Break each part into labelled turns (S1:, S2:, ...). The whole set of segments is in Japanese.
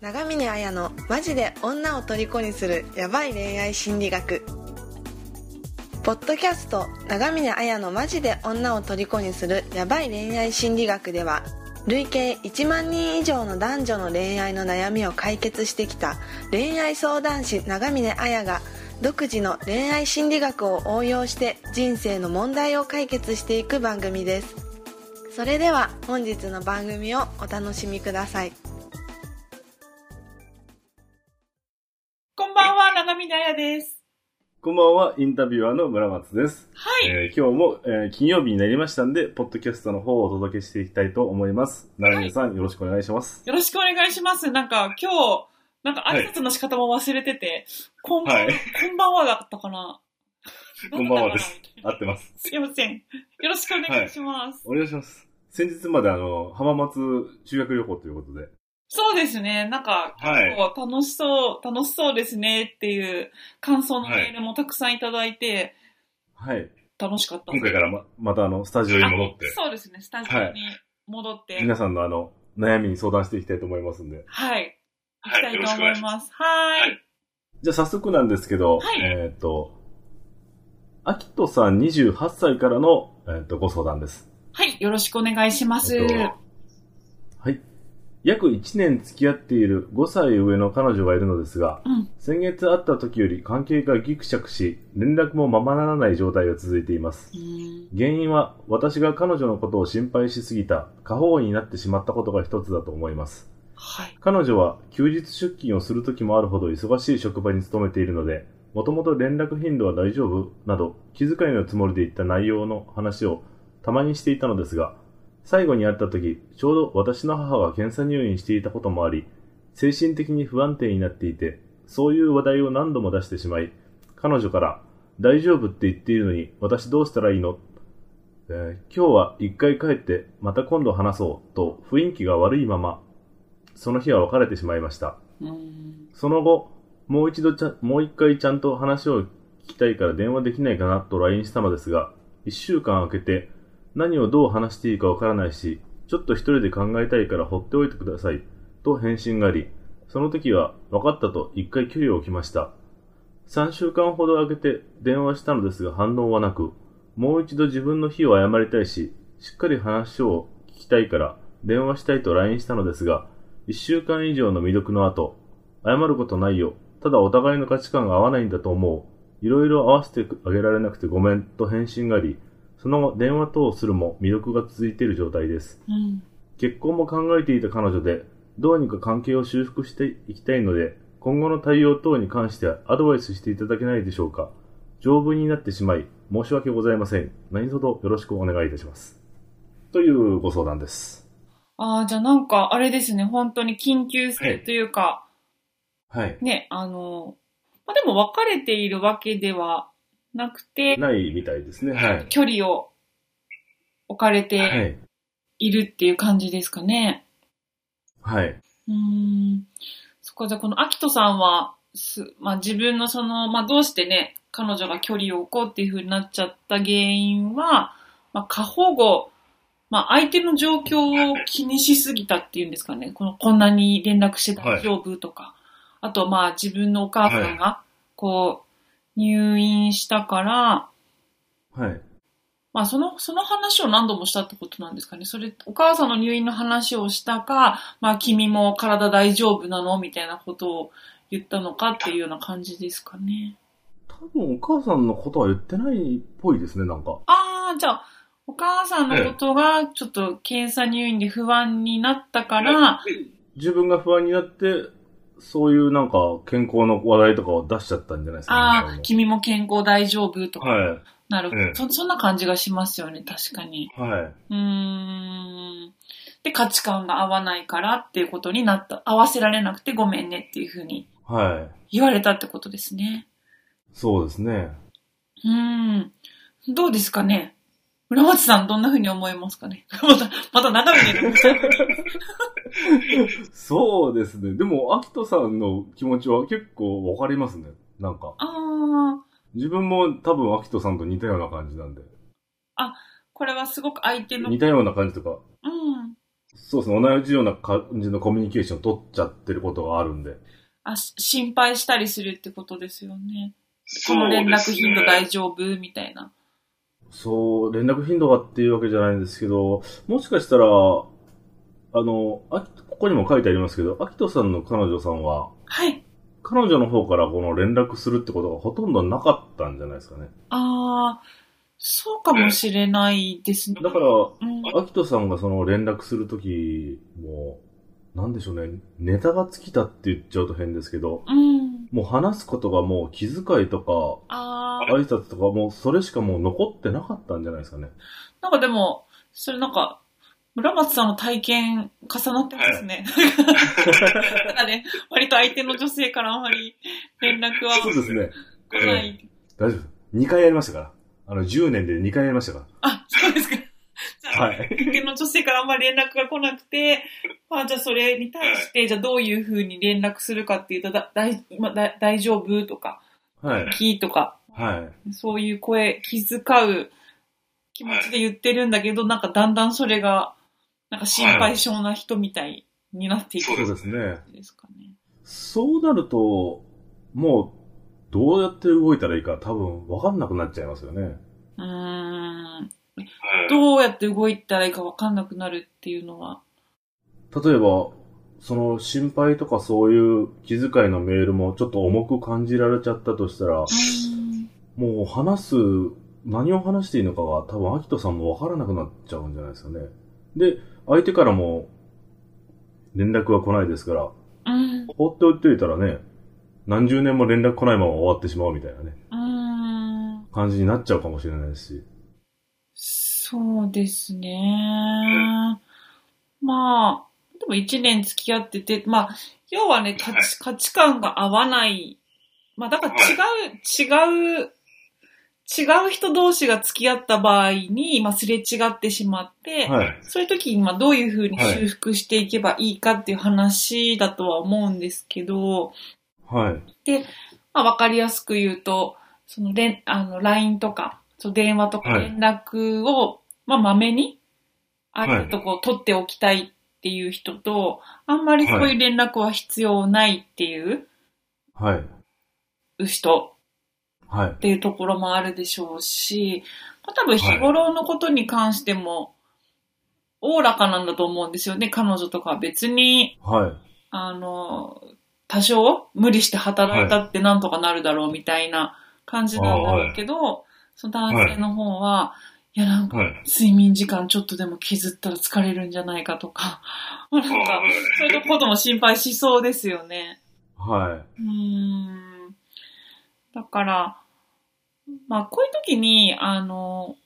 S1: 長峰綾のマジで女を虜にするヤバい恋愛心理学ポッドキャスト長峰綾のマジで女を虜にするヤバい恋愛心理学では累計1万人以上の男女の恋愛の悩みを解決してきた恋愛相談師長峰綾が独自の恋愛心理学を応用して人生の問題を解決していく番組ですそれでは本日の番組をお楽しみください
S2: こんばんは、長見奈也です。
S3: こんばんは、インタビュアーの村松です。
S2: はい。
S3: えー今日も、えー金曜日になりましたんで、ポッドキャストの方をお届けしていきたいと思います。ナラミさん、よろしくお願いします。
S2: よろしくお願いします。なんか、今日、なんか挨拶の仕方も忘れてて、こんばん、
S3: はい
S2: こんばんはだったかな。
S3: こんばんはです
S2: なんだったか
S3: 合ってます。
S2: な。すいません。よろしくお願いします。
S3: お願いします。先日まであの、浜松修学旅行ということで。
S2: そうですね。なんか、
S3: はい
S2: 今日は楽しそう、楽しそうですねっていう感想の
S3: はい
S2: メールもたくさんいただいて、
S3: はい。
S2: 楽しかった
S3: 今回からま、またあの、スタジオに戻って
S2: あ、そうですね。スタジオに戻って、はい。
S3: 皆さんのあの、悩みに相談していきたいと思いますん
S2: 行
S3: で。
S2: きたいと思います。はーい。
S3: じゃあ早速なんですけど、
S2: はい
S3: えーっと、アキトさん28歳からの、えーっと、ご相談です。
S2: はい。よろしくお願いします。
S3: えっとはい。約1年付き合っている5歳上の彼女がいるのですが、
S2: うん
S3: 先月会った時より関係がギクシャクし、連絡もままならない状態が続いています
S2: う。ん
S3: 原因は私が彼女のことを心配しすぎた過保護になってしまったことが一つだと思います。
S2: はい。
S3: 彼女は休日出勤をする時もあるほど忙しい職場に勤めているので、もともと連絡頻度は大丈夫など気遣いのつもりで言った内容の話をたまにしていたのですが、最後に会った時、ちょうど私の母が検査入院していたこともあり、精神的に不安定になっていて、そういう話題を何度も出してしまい、彼女から、大丈夫って言っているのに、私どうしたらいいの、えー今日は一回帰って、また今度話そう、と雰囲気が悪いまま、その日は別れてしまいました。
S2: うん
S3: その後、もう一度ちゃ、もう一回ちゃんと話を聞きたいから電話できないかなと LINE したのですが、一週間空けて、何をどう話していいかわからないし、ちょっと一人で考えたいから放っておいてください、と返信があり、その時は、分かったと一回距離を置きました。3週間ほど空けて電話したのですが反応はなく、もう一度自分の日を謝りたいし、しっかり話を聞きたいから電話したいと LINE したのですが、1週間以上の未読の後、謝ることないよ。ただお互いの価値観が合わないんだと思う。いろいろ合わせてあげられなくてごめんと返信があり、その後電話等をするも未読が続いている状態です。
S2: うん
S3: 結婚も考えていた彼女で、どうにか関係を修復していきたいので、今後の対応等に関してアドバイスしていただけないでしょうか。丈夫になってしまい、申し訳ございません。何卒よろしくお願いいたします。というご相談です。
S2: ああ、じゃあなんか、あれですね、本当に緊急性というか、
S3: はい。
S2: ね、あの、まあ、でも別れているわけではなくて、
S3: ないみたいですね。はい。
S2: 距離を置かれ
S3: は
S2: て
S3: い。
S2: いるっていう感じですかね。
S3: はい。
S2: うーん。そこじゃあこのアキトさんは、すまあ、自分のその、まあ、どうしてね、彼女が距離を置こうっていう風になっちゃった原因は、まあ、過保護、まあ、相手の状況を気にしすぎたっていうんですかね。この、こんなに連絡して大丈夫とか。あと、まあ、自分のお母さんが、こう、入院したから、
S3: はい。
S2: まあ、その、その話を何度もしたってことなんですかね。それ、お母さんの入院の話をしたか、まあ、君も体大丈夫なのみたいなことを言ったのかっていうような感じですかね。
S3: 多分お母さんのことは言ってないっぽいですね、なんか。
S2: ああ、じゃあ、お母さんのことが、ちょっと検査入院で不安になったから、
S3: 自分が不安になって、そういうなんか健康の話題とかを出しちゃったんじゃないですか、
S2: ああ、
S3: なんか
S2: 君も健康大丈夫とか、
S3: は
S2: なるほ
S3: え
S2: ど
S3: え
S2: そ。そんな感じがしますよね、確かに。
S3: い。はい。
S2: うーん。で、価値観が合わないからっていうことになった。合わせられなくてごめんねっていうふうに
S3: はい。
S2: 言われたってことですね。
S3: そうですね。
S2: うーん。どうですかね村松さんどんな風に思いますかね また、また長めに。
S3: そうですね。でも、アキトさんの気持ちは結構わかりますね。なんか。
S2: あー、
S3: 自分も多分アキトさんと似たような感じなんで。
S2: これはすごく相手の、う
S3: 似
S2: ん。
S3: たような感じとか、そうですね、同じような感じのコミュニケーションを取っちゃってることがあるんで。
S2: あ、し心配したりするってことですよね。こ
S4: そ
S2: の
S4: う
S2: 連
S4: です
S2: 絡
S4: ね。
S2: 頻度大丈夫みたいな。
S3: そう、連絡頻度がっていうわけじゃないんですけど、もしかしたら、あの、あここにも書いてありますけど、アキトさんの彼女さんは、
S2: はい。
S3: 彼女の方からこの連絡するってことがほとんどなかったんじゃないですかね。
S2: あー、そうかもしれないですね。
S3: だから、
S2: うん、
S3: アキトさんがその連絡するときも、なんでしょうね、ネタが尽きたって言っちゃうと変ですけど、
S2: うん。
S3: もう話すことがもう気遣いとか、
S2: あー、
S3: 挨拶とかもうそれしかもう残ってなかったんじゃないですかね。
S2: なんかでも、それなんか、村松さんの体験重なってますね。なんかね、割と相手の女性からあんまり連絡は
S3: そうですね。
S2: 来ない。
S3: 大丈夫。2回やりましたから。あの、10年で2回やりましたか
S2: あ、そうですか。じゃあ
S3: ら。はい。
S2: 相手の女性からあんまり連絡が来なくて、まあじゃあそれに対して、じゃあどういうふうに連絡するかっていうと、だ、だい、まあだ大丈夫とか、
S3: はい。
S2: キーとか、
S3: はい。
S2: そういう声、気遣う気持ちで言ってるんだけど、なんかだんだんそれが、なんか心配性な人みたいになっていく
S3: そ
S2: ん
S3: うですね。
S2: ですかね。
S3: そうなると、もう、どうやって動いたらいいか多分分かんなくなっちゃいますよね。
S2: うーん。
S4: はい
S2: どうやって動いたらいいかわかんなくなるっていうのは。
S3: 例えば、その心配とかそういう気遣いのメールもちょっと重く感じられちゃったとしたら、
S2: うーん
S3: もう話す、何を話していいのかが多分、アキトさんも分からなくなっちゃうんじゃないですかね。で、相手からも連絡が来ないですから、
S2: うん。
S3: 放っておいておいたらね、何十年も連絡来ないまま終わってしまうみたいなね、
S2: うーん。
S3: 感じになっちゃうかもしれないし。
S2: そうですね。まあ、でも一年付き合ってて、まあ、要はね、価
S4: はい
S2: 値価値観が合わない。まあ、だから違う、違う、違う人同士が付き合った場合に、まあ、すれ違ってしまって、
S3: はい。
S2: そういう時に、まあ、どういうふうに修復していけばいいかっていう話だとは思うんですけど、
S3: はい。
S2: まあ、わかりやすく言うと、その、連、あの、LINE とか、そう、電話とか
S3: はい
S2: 連絡を、まあ、まめに、あ
S3: はい
S2: るとこう、取っておきたいっていう人と、あんまりそういう連絡は必要ないっていう
S3: はい。
S2: 人
S3: はい
S2: っ。ていうところもあるでしょうし、まあ、多分日頃のことに関しても、おおらかなんだと思うんですよね、彼女とかは別に、
S3: はい。
S2: あの、多少無理して働いたってなんとかなるだろうみたいな感じなんだろうけど、その男性の方は、い、やなんか
S3: はい。
S2: 睡眠時間ちょっとでも削ったら疲れるんじゃないかとか、 なんか、そういうことも心配しそうですよね。
S3: は
S2: うーん。だから、まあこういう時に、あの、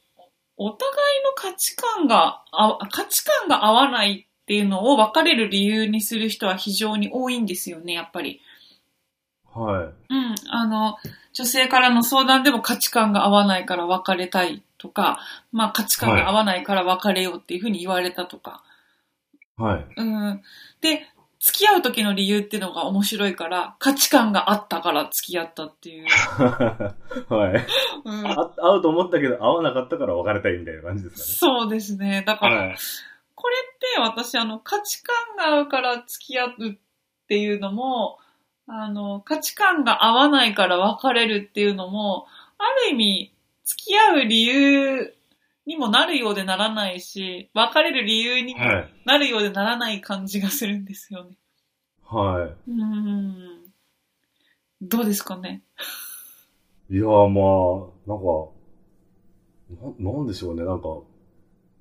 S2: お互いの価値観が、あ価値観が合わないっていうのを別れる理由にする人は非常に多いんですよね、やっぱり。
S3: い。はい。
S2: うん、あの、女性からの相談でも価値観が合わないから別れたいとか、まあ価値観が合わないから別れようっていうふうに言われたとか、
S3: はい。
S2: うん。で、付き合う時の理由っていうのが面白いから、価値観があったから付き合ったっていう。
S3: はい。
S2: うん、
S3: あ合うと思ったけど、合わなかったから別れたいみたいな感じです
S2: そうですね。だか、
S3: からね。はい。
S2: これって私あの価値観が合うから付き合うっていうのも、あの価値観が合わないから別れるっていうのも、ある意味付き合う理由にもなるようでならないし、別れる理由にも
S3: はい。
S2: なるようでならない感じがするんですよね。
S3: はい。
S2: うーん。どうですかね。
S3: いやーまあ、なんか、な、なんでしょうね、なんか、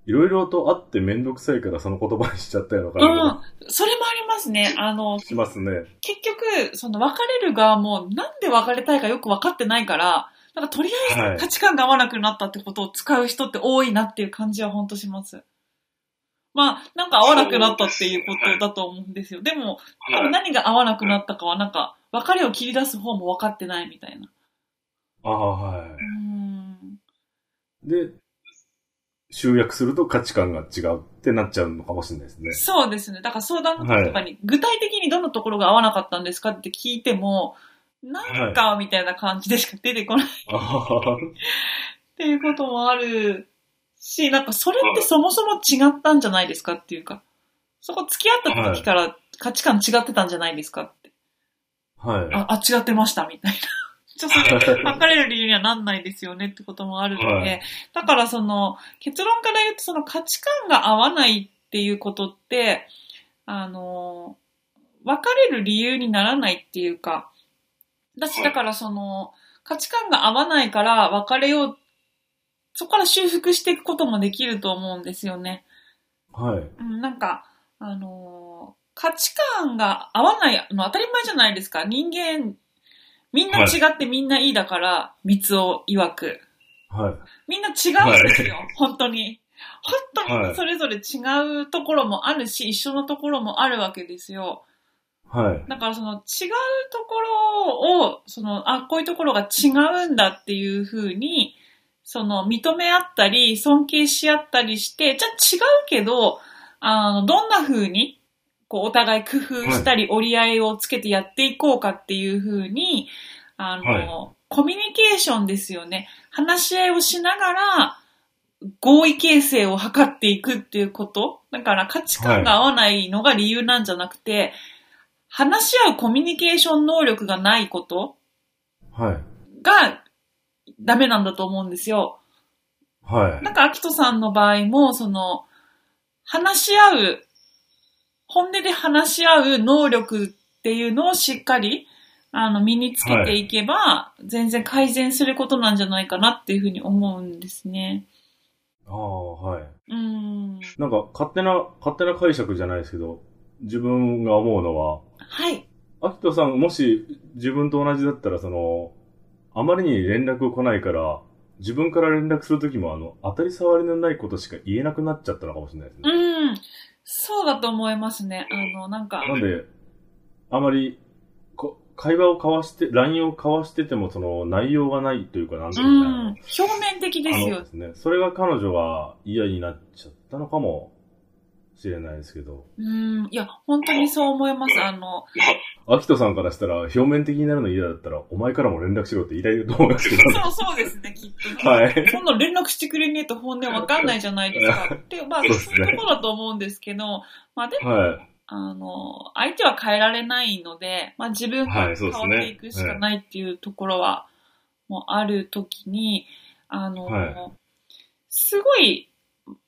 S3: いろいろとあってめんどくさいからその言葉にしちゃったような
S2: う
S3: 感じ
S2: ん。それもありますね。あの、
S3: がしますね。
S2: 結局、その別れる側もなんで別れたいかよく分かってないから、なんかとりあ
S3: は
S2: え
S3: い
S2: ず価値観が合わなくなったってことを使う人って多いなっていう感じは本当します。まあ、なんか合わなくなったっていうことだと思うんですよ。でも、多分
S4: はい
S2: 何が合わなくなったかはなんか、別れを切り出す方も分かってないみたいな。
S3: ああ、は
S2: うーん。
S3: い。で、集約すると価値観が違うってなっちゃうのかもしれない ですね。
S2: そうですね。だから相談の時とかに、具体的にどのところが合わなかったんですかって聞いても、なんかみたいな感じでしか出てこない
S3: ああ、
S2: っていうこともあるし、なんかそれってそもそも違ったんじゃないですかっていうか。そこ付き合った時から価値観違ってたんじゃないですかって。
S3: はい。
S2: あ、あ違ってました、みたいな。 ちょっと、 別れる理由にはなんないですよねってこともあるので、
S3: はい
S2: だからその、結論から言うと、その価値観が合わないっていうことって、あの、別れる理由にならないっていうか、だし、だからその、価値観が合わないから別れよう、そこから修復していくこともできると思うんですよね。
S3: はい。
S2: うん、なんか、あのー価値観が合わないの当たり前じゃないですか。人間、みんな違ってみんないいだから、三つを曰く。
S3: はい。
S2: みんな違うんですよ、本当に。本当にそれぞれ違うところもあるし、一緒のところもあるわけですよ。
S3: はい。
S2: だからその違うところを、その、あ、こういうところが違うんだっていうふうに、その、認め合ったり、尊敬し合ったりして、じゃあ違うけど、あの、どんな風に、こう、お互い工夫したり、折り合いをつけてやっていこうかっていう風に、あの、
S3: は
S2: コミュニケーションですよね。話し合いをしながら、合意形成を図っていくっていうこと。だから価値観が合わないのが理由なんじゃなくて、話し合うコミュニケーション能力がないこと
S3: はい。
S2: がダメなんだと思うんですよ。
S3: はい。
S2: なんか、アキトさんの場合も、その、話し合う、本音で話し合う能力っていうのをしっかり、あの、身につけていけば、全然改善することなんじゃないかなっていうふうに思うんですね。
S3: ああ、はい。
S2: うん。
S3: なんか、勝手な、勝手な解釈じゃないですけど、自分が思うのは、
S2: はい。
S3: アキトさん、もし自分と同じだったら、その、あまりに連絡来ないから、自分から連絡するときも、あの、当たり障りのないことしか言えなくなっちゃったのかもしれないですね。
S2: うん。そうだと思いますね。あの、なんか、
S3: なんで、あまり、こ会話を交わして、LINE を交わしてても、その、内容がないというか、なんて
S2: う
S3: いうんだろ
S2: ん。表面的です
S3: あの
S2: よ
S3: で。すね。それが彼女は嫌になっちゃったのかもしれないですけど、
S2: うん。いや、本当にそう思います。あの、
S3: アキトさんからしたら、表面的になるの嫌だったら、お前からも連絡しろって言いたいと思いますけ ど。
S2: そうそうですね、きっとね。
S3: はい。
S2: そんな連絡してくれねえと本音わかんないじゃないですか。って、まあ、
S3: そうです
S2: そう
S3: ね
S2: いうところだと思うんですけど、まあでも、
S3: はい。
S2: あの、相手は変えられないので、まあ自分
S3: は
S2: が
S3: いそ
S2: 変
S3: うで
S2: わ
S3: す
S2: っ
S3: ね
S2: ていくしかないっていうところは、もうあるときに、あの、
S3: はい
S2: すごい、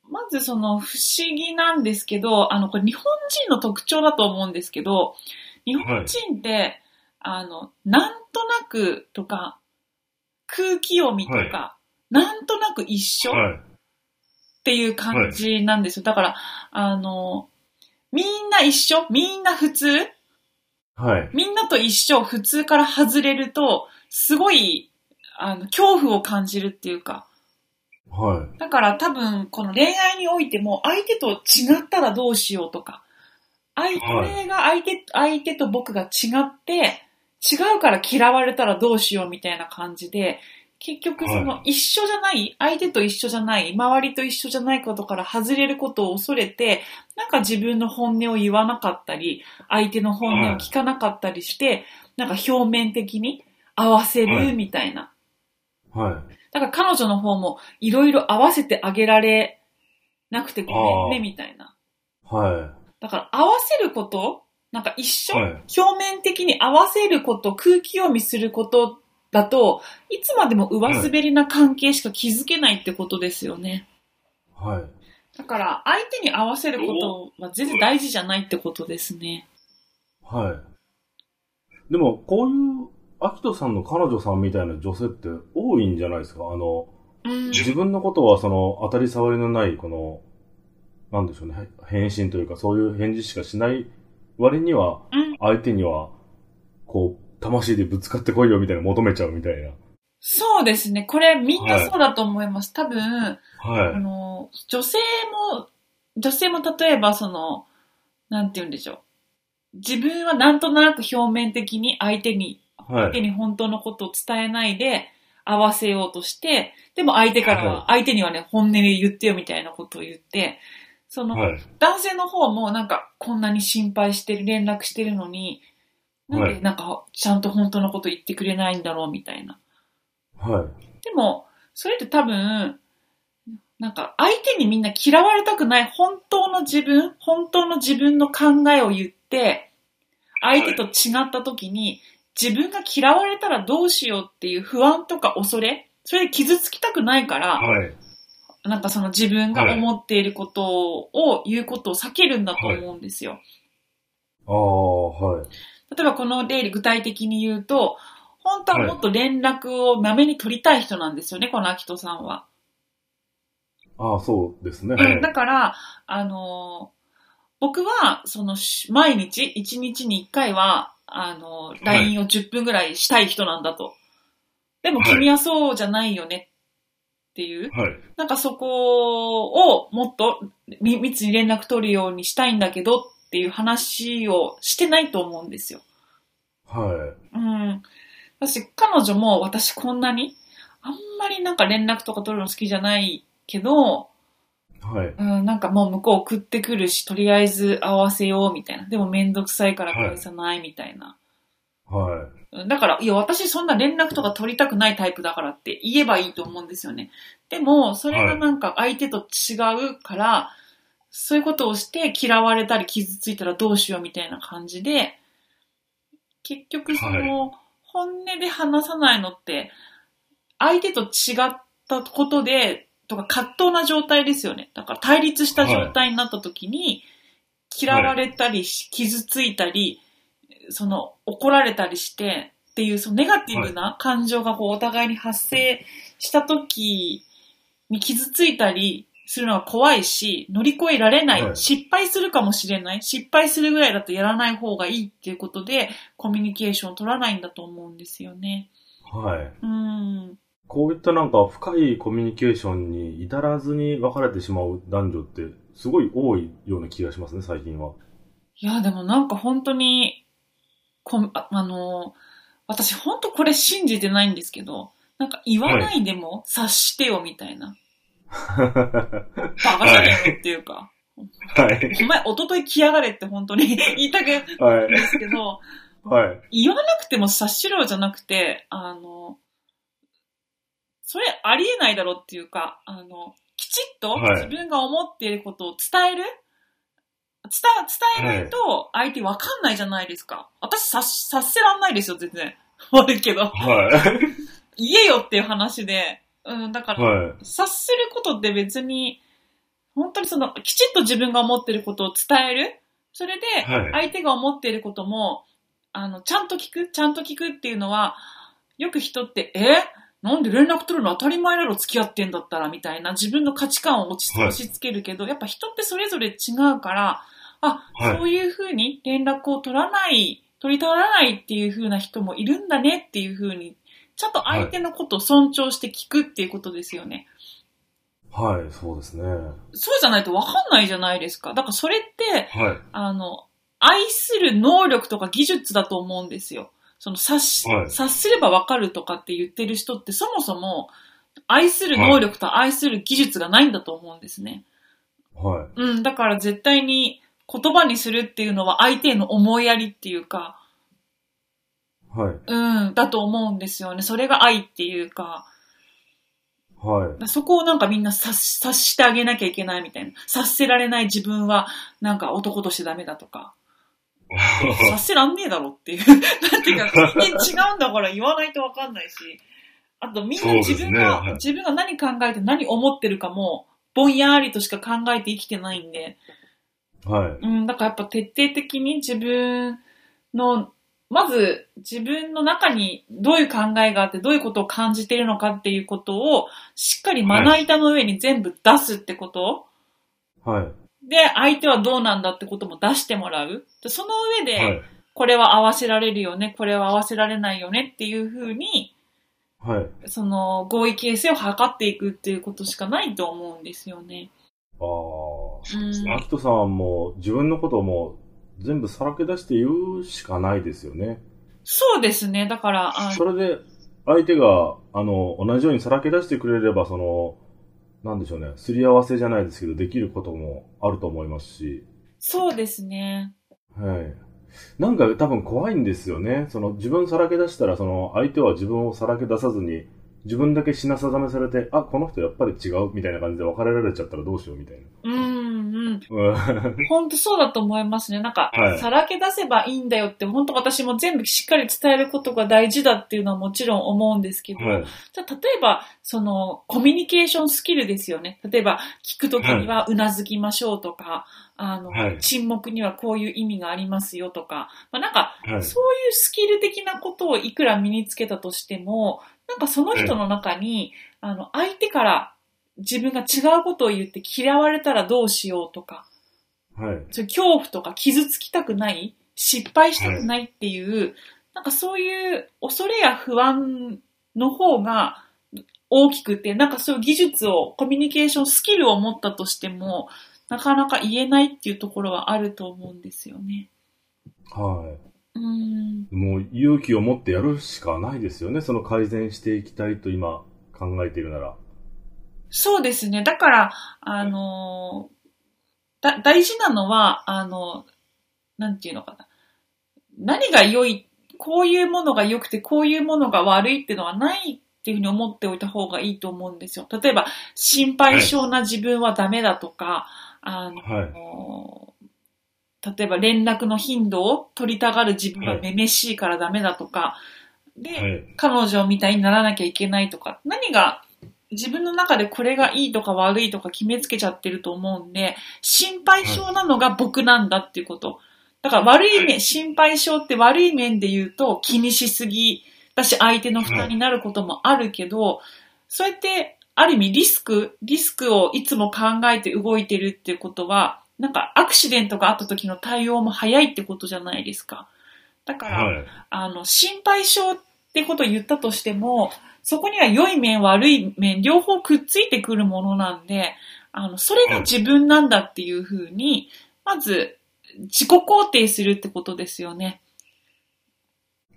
S2: まずその不思議なんですけど、あの、これ日本人の特徴だと思うんですけど、日本人って、あの、なんとなくとか、空気読みとか、
S3: は
S2: なんとなく一緒、
S3: はい。
S2: っていう感じなんですよ。だから、あの、みんな一緒みんな普通
S3: はい。
S2: みんなと一緒普通から外れると、すごい、あの、恐怖を感じるっていうか。
S3: は
S2: だから多分、この恋愛においても、相手と違ったらどうしようとか、相手が相手、相手と僕が違って、違うから嫌われたらどうしようみたいな感じで、結局その
S3: は
S2: 一緒じゃない、相手と一緒じゃない、周りと一緒じゃないことから外れることを恐れて、なんか自分の本音を言わなかったり、相手の本音を聞かなかったりして、なんか表面的に合わせ
S3: は
S2: る
S3: い
S2: みたいな。
S3: い。は
S2: だから彼女の方もいろいろ合わせてあげられなくてごめんね、
S3: あー
S2: みたいな。
S3: い。は
S2: だから合わせることなんか一緒、
S3: はい
S2: 表面的に合わせること、空気読みすることだと、いつまでも上滑りな関係しか築けないってことですよね。
S3: い。はい。
S2: だから相手に合わせることは全然大事じゃないってことですね。
S3: はい。でも、こういう、アキトさんの彼女さんみたいな女性って多いんじゃないですかあの、
S2: うん。
S3: 自分のことはその、当たり障りのない、この、なんでしょうね、返信というか、そういう返事しかしない割には、
S2: うん
S3: 相手には、こう、魂でぶつかってこいよみたいな求めちゃうみたいな。
S2: そうですね。これみんなそうだと思います。多分、あ
S3: はい。
S2: の、女性も、女性も例えばその、なんて言うんでしょう。自分はなんとなく表面的に相手に、
S3: は
S2: 相手
S3: い。
S2: に本当のことを伝えないで合わせようとして、でも相手からは、相手にはね、本音で言ってよみたいなことを言って、その、
S3: はい。
S2: 男性の方もなんかこんなに心配してる、連絡してるのに、なん
S3: は
S2: で
S3: い
S2: なんかちゃんと本当のこと言ってくれないんだろうみたいな。
S3: はい。
S2: でも、それって多分、なんか相手にみんな嫌われたくない本当の自分、本当の自分の考えを言って、相手と違った時に自分が嫌われたらどうしようっていう不安とか恐れ、それで傷つきたくないから、
S3: はい。
S2: なんかその自分が思っていることを言うことを避けるんだと思うんですよ。
S3: ああ、はい。
S2: 例えばこの例で具体的に言うと、本当はもっと連絡をなめに取りたい人なんですよね、この秋人さんは。
S3: ああ、そうですね。はい。
S2: だから、あのー僕は、その、し毎日、1日に1回は、あのー、
S3: はい
S2: LINE を10分ぐらいしたい人なんだと。でも
S3: はい
S2: 君はそうじゃないよねっていう、
S3: はい。
S2: なんかそこをもっとみ密に連絡取るようにしたいんだけどっていう話をしてないと思うんですよ。
S3: はい。
S2: うん。私、彼女も私こんなに、あんまりなんか連絡とか取るの好きじゃないけど、
S3: はい。
S2: うん、なんかもう向こう送ってくるし、とりあえず会わせようみたいな。でもめんどくさいから返さないみたいな。
S3: は
S2: うんだから、いや、私そんな連絡とか取りたくないタイプだからって言えばいいと思うんですよね。でも、それがなんか相手と違うから、そういうことをして嫌われたり傷ついたらどうしようみたいな感じで、結局その、本音で話さないのって、相手と違ったことで、とか葛藤な状態ですよね。だから対立した状態になった時に、嫌われたりし、傷ついたり、その怒られたりしてっていうそのネガティブな感情がこうお互いに発生した時に傷ついたりするのは怖いし乗り越えられない、
S3: はい
S2: 失敗するかもしれない失敗するぐらいだとやらない方がいいっていうことでコミュニケーションを取らないんだと思うんですよね。
S3: い。はい。
S2: うん
S3: こういったなんか深いコミュニケーションに至らずに別れてしまう男女ってすごい多いような気がしますね、最近は。
S2: いやでもなんか本当にこんああの私本当これ信じてないんですけどなんか言わないでも察してよみたいな。
S3: は
S2: バカじゃねえよっていうか、
S3: い。
S2: お前、一昨日来やがれって本当に 言いたくない
S3: は
S2: ん
S3: い。
S2: ですけど、
S3: はい。
S2: 言わなくても察しろよじゃなくて、あの、それありえないだろっていうか、あの、きちっと
S3: はい
S2: 自分が思っていることを伝える、伝伝えないと相手わかんないじゃないですか。私察し、察せらんないですよ、全然。 悪いけど。
S3: はい。
S2: 言えよっていう話で、うん、だから、
S3: はい。
S2: 察することって別に、本当にその、きちっと自分が思ってることを伝える。それで
S3: はい、
S2: 相手が思っていることも、あの、ちゃんと聞く、ちゃんと聞くっていうのは、よく人って、えなんで連絡取るの当たり前だろ付き合ってんだったらみたいな自分の価値観を押し
S3: はい
S2: 押し付けるけど、やっぱ人ってそれぞれ違うから、あ、
S3: はい
S2: そういうふうに連絡を取らない、取り取らないっていうふうな人もいるんだねっていうふうに、ちゃんと相手のことを尊重して聞くっていうことですよね。
S3: はい、そうですね。は
S2: そうじゃないとわかんないじゃないですか。だからそれって、
S3: い。
S2: あの、愛する能力とか技術だと思うんですよ。その察し、
S3: はい
S2: 察すればわかるとかって言ってる人ってそもそも愛する能力と愛する技術がないんだと思うんですね。
S3: はい。
S2: うん、だから絶対に言葉にするっていうのは相手への思いやりっていうか、
S3: はい。
S2: うん、だと思うんですよね。それが愛っていうか、
S3: はい。
S2: そこをなんかみんな察し察してあげなきゃいけないみたいな。察せられない自分はなんか男としてダメだとか。察せらんねえだろっていう。 なんていうか、人間違うんだから言わないとわかんないし。あとみん
S3: そ
S2: な
S3: うです
S2: 自
S3: ね
S2: 分が、
S3: はい
S2: 自分が何考えて何思ってるかも、ぼんやりとしか考えて生きてないんで。
S3: はい。
S2: うん、だからやっぱ徹底的に自分の、まず自分の中にどういう考えがあって、どういうことを感じているのかっていうことを、しっかりまな板の上に全部出すってこと、
S3: はい。
S2: で、相手はどうなんだってことも出してもらう。でその上で、
S3: はい。
S2: これは合わせられるよね、これは合わせられないよねっていうふうに、
S3: はい。
S2: その合意形成を図っていくっていうことしかないと思うんですよね。
S3: あ
S2: う
S3: あ。
S2: ん。
S3: アキトさんはもう自分のことをもう全部さらけ出して言うしかないですよね。
S2: そうですね。だから、あ
S3: それで相手が、あの、同じようにさらけ出してくれれば、その、なんでしょうね、すり合わせじゃないですけど、できることもあると思いますし、
S2: そうですね。
S3: はい。なんか多分怖いんですよね。その自分さらけ出したら、その相手は自分をさらけ出さずに、自分だけ品定めされて、あ、この人やっぱり違うみたいな感じで別れられちゃったらどうしようみたいな。
S2: うん、うん。
S3: うん
S2: 本当そうだと思いますね。なんか、
S3: はい
S2: さらけ出せばいいんだよって、本当私も全部しっかり伝えることが大事だっていうのはもちろん思うんですけど、
S3: はい。
S2: じゃあ例えば、その、コミュニケーションスキルですよね。例えば、聞くときにはうなずきましょうとか、あの、
S3: はい
S2: 沈黙にはこういう意味がありますよとか、まあ、なんか、
S3: はい。
S2: そういうスキル的なことをいくら身につけたとしても、なんかその人の中に、あの、相手から自分が違うことを言って嫌われたらどうしようとか、
S3: はい。
S2: そういう恐怖とか傷つきたくない、失敗したくないっていう、なんかそういう恐れや不安の方が大きくて、なんかそういう技術を、コミュニケーションスキルを持ったとしても、なかなか言えないっていうところはあると思うんですよね。
S3: は
S2: うん。
S3: い。もう勇気を持ってやるしかないですよね。その改善していきたいと今考えているなら。
S2: そうですね。だから、あのーだ、大事なのは、あの、なんていうのかな。何が良い、こういうものが良くて、こういうものが悪いっていうのはないっていうふうに思っておいた方がいいと思うんですよ。例えば、心配性な自分はダメだとか、あの、
S3: はい。
S2: 例えば連絡の頻度を取りたがる自分がめめしいからダメだとか、で、
S3: はい。
S2: 彼女みたいにならなきゃいけないとか、何が自分の中でこれがいいとか悪いとか決めつけちゃってると思うんで、心配性なのが僕なんだっていうこと。だから悪い面、心配性って悪い面で言うと気にしすぎだし相手の負担になることもあるけど、そうやってある意味リスク、リスクをいつも考えて動いてるっていうことは、なんかアクシデントがあった時の対応も早いってことじゃないですか。だから、
S3: はい。
S2: あの、心配性ってことを言ったとしても、そこには良い面、悪い面、両方くっついてくるものなんで、あの、それが自分なんだっていうふうに、まず、自己肯定するってことですよね。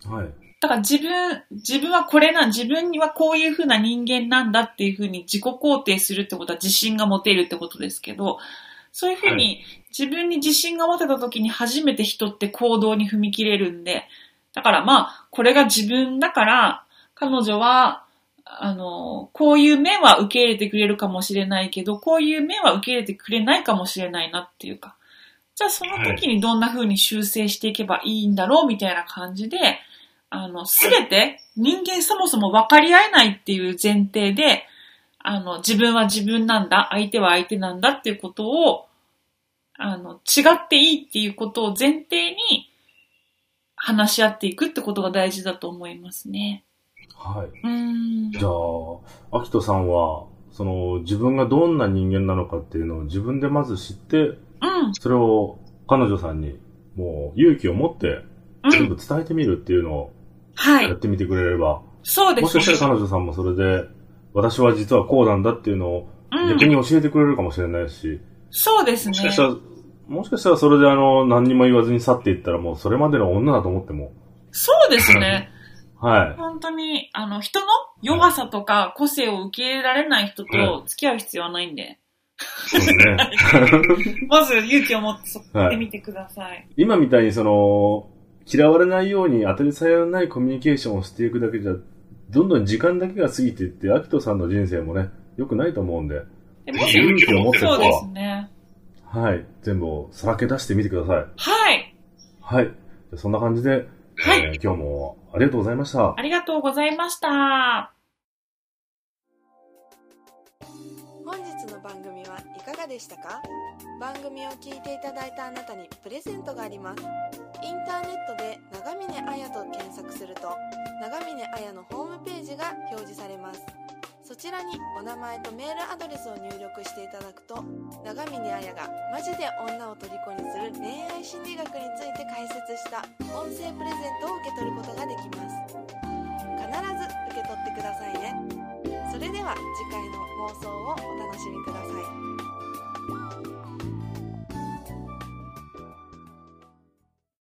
S3: はい。
S2: だから自分、自分はこれなん、自分にはこういうふうな人間なんだっていうふうに自己肯定するってことは自信が持てるってことですけど、そういうふう
S3: は
S2: に自分に自信が持てた時に初めて人って行動に踏み切れるんで、だからまあ、これが自分だから、彼女は、あの、こういう面は受け入れてくれるかもしれないけど、こういう面は受け入れてくれないかもしれないなっていうか、じゃあその時にどんな風に修正していけばいいんだろうみたいな感じで、あの、すべて人間そもそも分かり合えないっていう前提で、あの、自分は自分なんだ、相手は相手なんだっていうことを、あの、違っていいっていうことを前提に話し合っていくってことが大事だと思いますね。
S3: はい。
S2: うーん。
S3: じゃあ、アキトさんは、その、自分がどんな人間なのかっていうのを自分でまず知って、
S2: うん。
S3: それを彼女さんに、もう勇気を持って
S2: う
S3: 全
S2: ん。
S3: 部伝えてみるっていうのを
S2: は
S3: や
S2: い
S3: っ。てみてくれれば、
S2: そうで
S3: もし
S2: す
S3: かしたら彼女さんもそれで、私は実はこうなんだっていうのを
S2: う
S3: 逆
S2: ん。
S3: に教えてくれるかもしれないし、
S2: そうです
S3: も
S2: ね
S3: し。かしたら、もしかしたらそれであの、何にも言わずに去っていったらもうそれまでの女だと思っても、
S2: そうですね。
S3: はい。
S2: 本当に、あの、人の弱さとか個性を受け入れられない人と付き合う必要はないんで、
S3: そうです ね。
S2: まず勇気を持ってそこ
S3: は
S2: で
S3: い
S2: みてください。
S3: 今みたいにその、嫌われないように当たり障りのないコミュニケーションをしていくだけじゃ、どんどん時間だけが過ぎていって、アキトさんの人生もね、良くないと思うんで、
S2: でもし、
S3: 勇気を持って
S2: そうです
S3: こ
S2: ね。
S3: う、はい、全部をさらけ出してみてください。
S2: はい。
S3: はい。じゃあそんな感じで、
S2: はい
S3: えー今日もありがとうございました
S2: あ。りがとうございました。
S1: 本日の番組はいかがでしたか番組を聞いていただいたあなたにプレゼントがありますインターネットで「長峰綾」と検索すると長峰綾のホームページが表示されますそちらにお名前とメールアドレスを入力していただくと長峰綾がマジで女を虜にする恋愛心理学について解説した音声プレゼントを受け取ることができます必ず受け取ってくださいねそれでは次回の放送をお楽しみください。